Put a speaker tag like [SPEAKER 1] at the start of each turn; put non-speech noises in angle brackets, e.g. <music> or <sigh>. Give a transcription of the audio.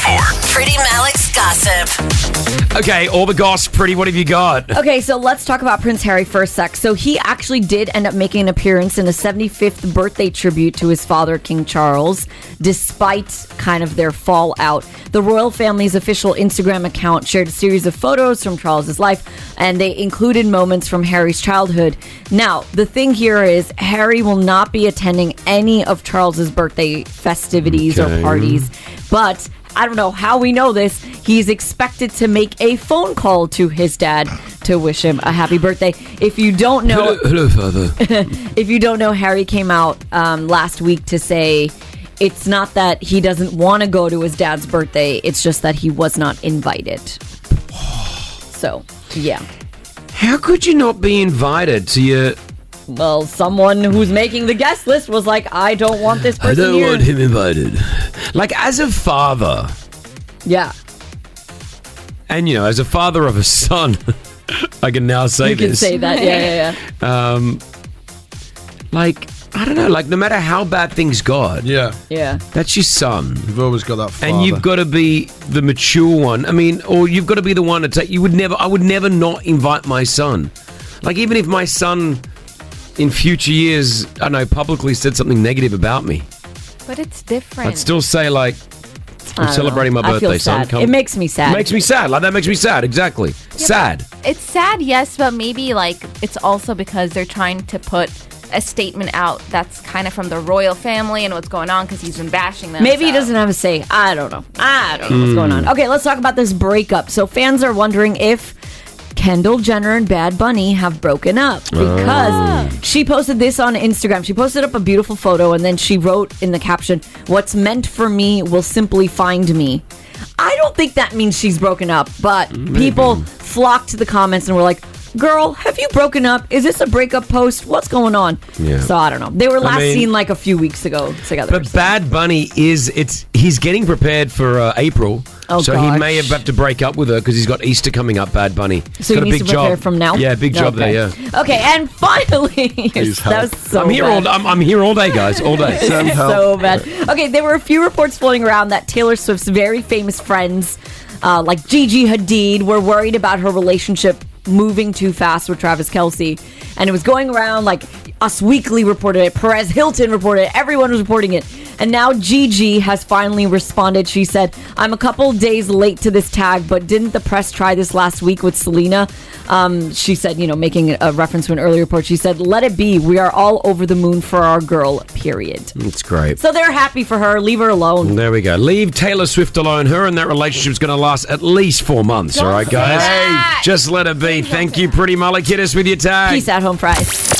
[SPEAKER 1] Pretty Malik's gossip.
[SPEAKER 2] Okay, all the goss, pretty. What have you got?
[SPEAKER 3] Okay, so let's talk about Prince Harry for a sec. So he actually did end up making an appearance in a 75th birthday tribute to his father, King Charles, despite kind of their fallout. The royal family's official Instagram account shared a series of photos from Charles's life, and they included moments from Harry's childhood. Now, the thing here is Harry will not be attending any of Charles's birthday festivities
[SPEAKER 2] Okay.
[SPEAKER 3] or parties, but I don't know how we know this. He's expected to make a phone call to his dad to wish him a happy birthday. If you don't know,
[SPEAKER 2] hello, father.
[SPEAKER 3] <laughs> if you don't know, Harry came out um, last week to say it's not that he doesn't want to go to his dad's birthday. It's just that he was not
[SPEAKER 2] <sighs>
[SPEAKER 3] invited. So yeah,
[SPEAKER 2] How could you not be invited to your?
[SPEAKER 3] well, someone who's making the guest list was like, I don't want this person here.
[SPEAKER 2] <laughs> him invited. Like as a father,
[SPEAKER 3] Yeah,
[SPEAKER 2] and you know, as a father of a son, <laughs> I can now say
[SPEAKER 3] you
[SPEAKER 2] this.
[SPEAKER 3] can say that. Yeah, yeah,
[SPEAKER 2] <laughs>
[SPEAKER 3] yeah.
[SPEAKER 2] Um, like I don't know. Like no matter how bad things got,
[SPEAKER 4] Yeah,
[SPEAKER 3] yeah.
[SPEAKER 2] that's your son.
[SPEAKER 4] you've always got that. Father.
[SPEAKER 2] And you've got to be the mature one. I mean, or you've got to be the one to take. You would never. I would never not invite my son. Like even if my son, in future years, I don't know, publicly said something negative about me,
[SPEAKER 5] But it's different.
[SPEAKER 2] I'd still say like,
[SPEAKER 3] I
[SPEAKER 2] "I'm
[SPEAKER 3] don't
[SPEAKER 2] celebrating
[SPEAKER 3] know.
[SPEAKER 2] my
[SPEAKER 3] I feel
[SPEAKER 2] birthday, son."
[SPEAKER 3] sad. It makes me sad.
[SPEAKER 2] It makes me sad. Like that makes me sad. Exactly. sad.
[SPEAKER 5] it's sad, yes, but maybe like it's also because they're trying to put a statement out that's kind of from the royal family and what's going on because he's been bashing them.
[SPEAKER 3] Maybe he
[SPEAKER 5] so.
[SPEAKER 3] doesn't have a say. I don't know. I don't know what's going
[SPEAKER 2] Hmm.
[SPEAKER 3] on. Okay, let's talk about this breakup. So fans are wondering if Kendall Jenner and Bad Bunny have broken up because
[SPEAKER 2] Oh.
[SPEAKER 3] she posted this on Instagram. She posted up a beautiful photo and then she wrote in the caption, "What's meant for me will simply find me." I don't think that means she's broken up, but people flocked to the comments and were like, "Girl, have you broken up? Is this a breakup post? What's going on?"
[SPEAKER 2] Yeah.
[SPEAKER 3] So I don't know. They were last
[SPEAKER 2] mean-
[SPEAKER 3] seen like a few weeks ago together.
[SPEAKER 2] But Bad Bunny is it's he's getting prepared for uh, April.
[SPEAKER 3] Oh,
[SPEAKER 2] so he may
[SPEAKER 3] gosh.
[SPEAKER 2] have to break up with her because he's got Easter coming up. Bad Bunny.
[SPEAKER 3] So you
[SPEAKER 2] got a
[SPEAKER 3] need
[SPEAKER 2] big
[SPEAKER 3] to prepare
[SPEAKER 2] job
[SPEAKER 3] from now.
[SPEAKER 2] Yeah, big job there. Yeah.
[SPEAKER 3] Okay, and <laughs> finally, that was
[SPEAKER 4] help.
[SPEAKER 3] so.
[SPEAKER 2] I'm here
[SPEAKER 3] bad.
[SPEAKER 2] all. I'm, I'm here all day, guys. All day. <laughs>
[SPEAKER 4] Send help.
[SPEAKER 3] <laughs> So bad. Okay, there were a few reports floating around that Taylor Swift's very famous friends, uh, like Gigi Hadid, were worried about her relationship moving too fast with Travis Kelsey, and it was going around like Us Weekly reported it, Perez Hilton reported it, everyone was reporting it, and now Gigi has finally responded. She said, "I'm a couple days late to this tag, but didn't the press try this last week with Selena?" Um, she said, you know, making a reference to an earlier report. She said, "Let it be. We are all over the moon for our girl." Period.
[SPEAKER 2] It's great.
[SPEAKER 3] So they're happy for her. Leave her alone.
[SPEAKER 2] There we go. Leave Taylor Swift alone. Her and that relationship's going to last at least four months. all right, guys.
[SPEAKER 5] that.
[SPEAKER 2] Just let it be. Thank you, Pretty Mullet. Hit us with your tag.
[SPEAKER 3] Peace at home, fries.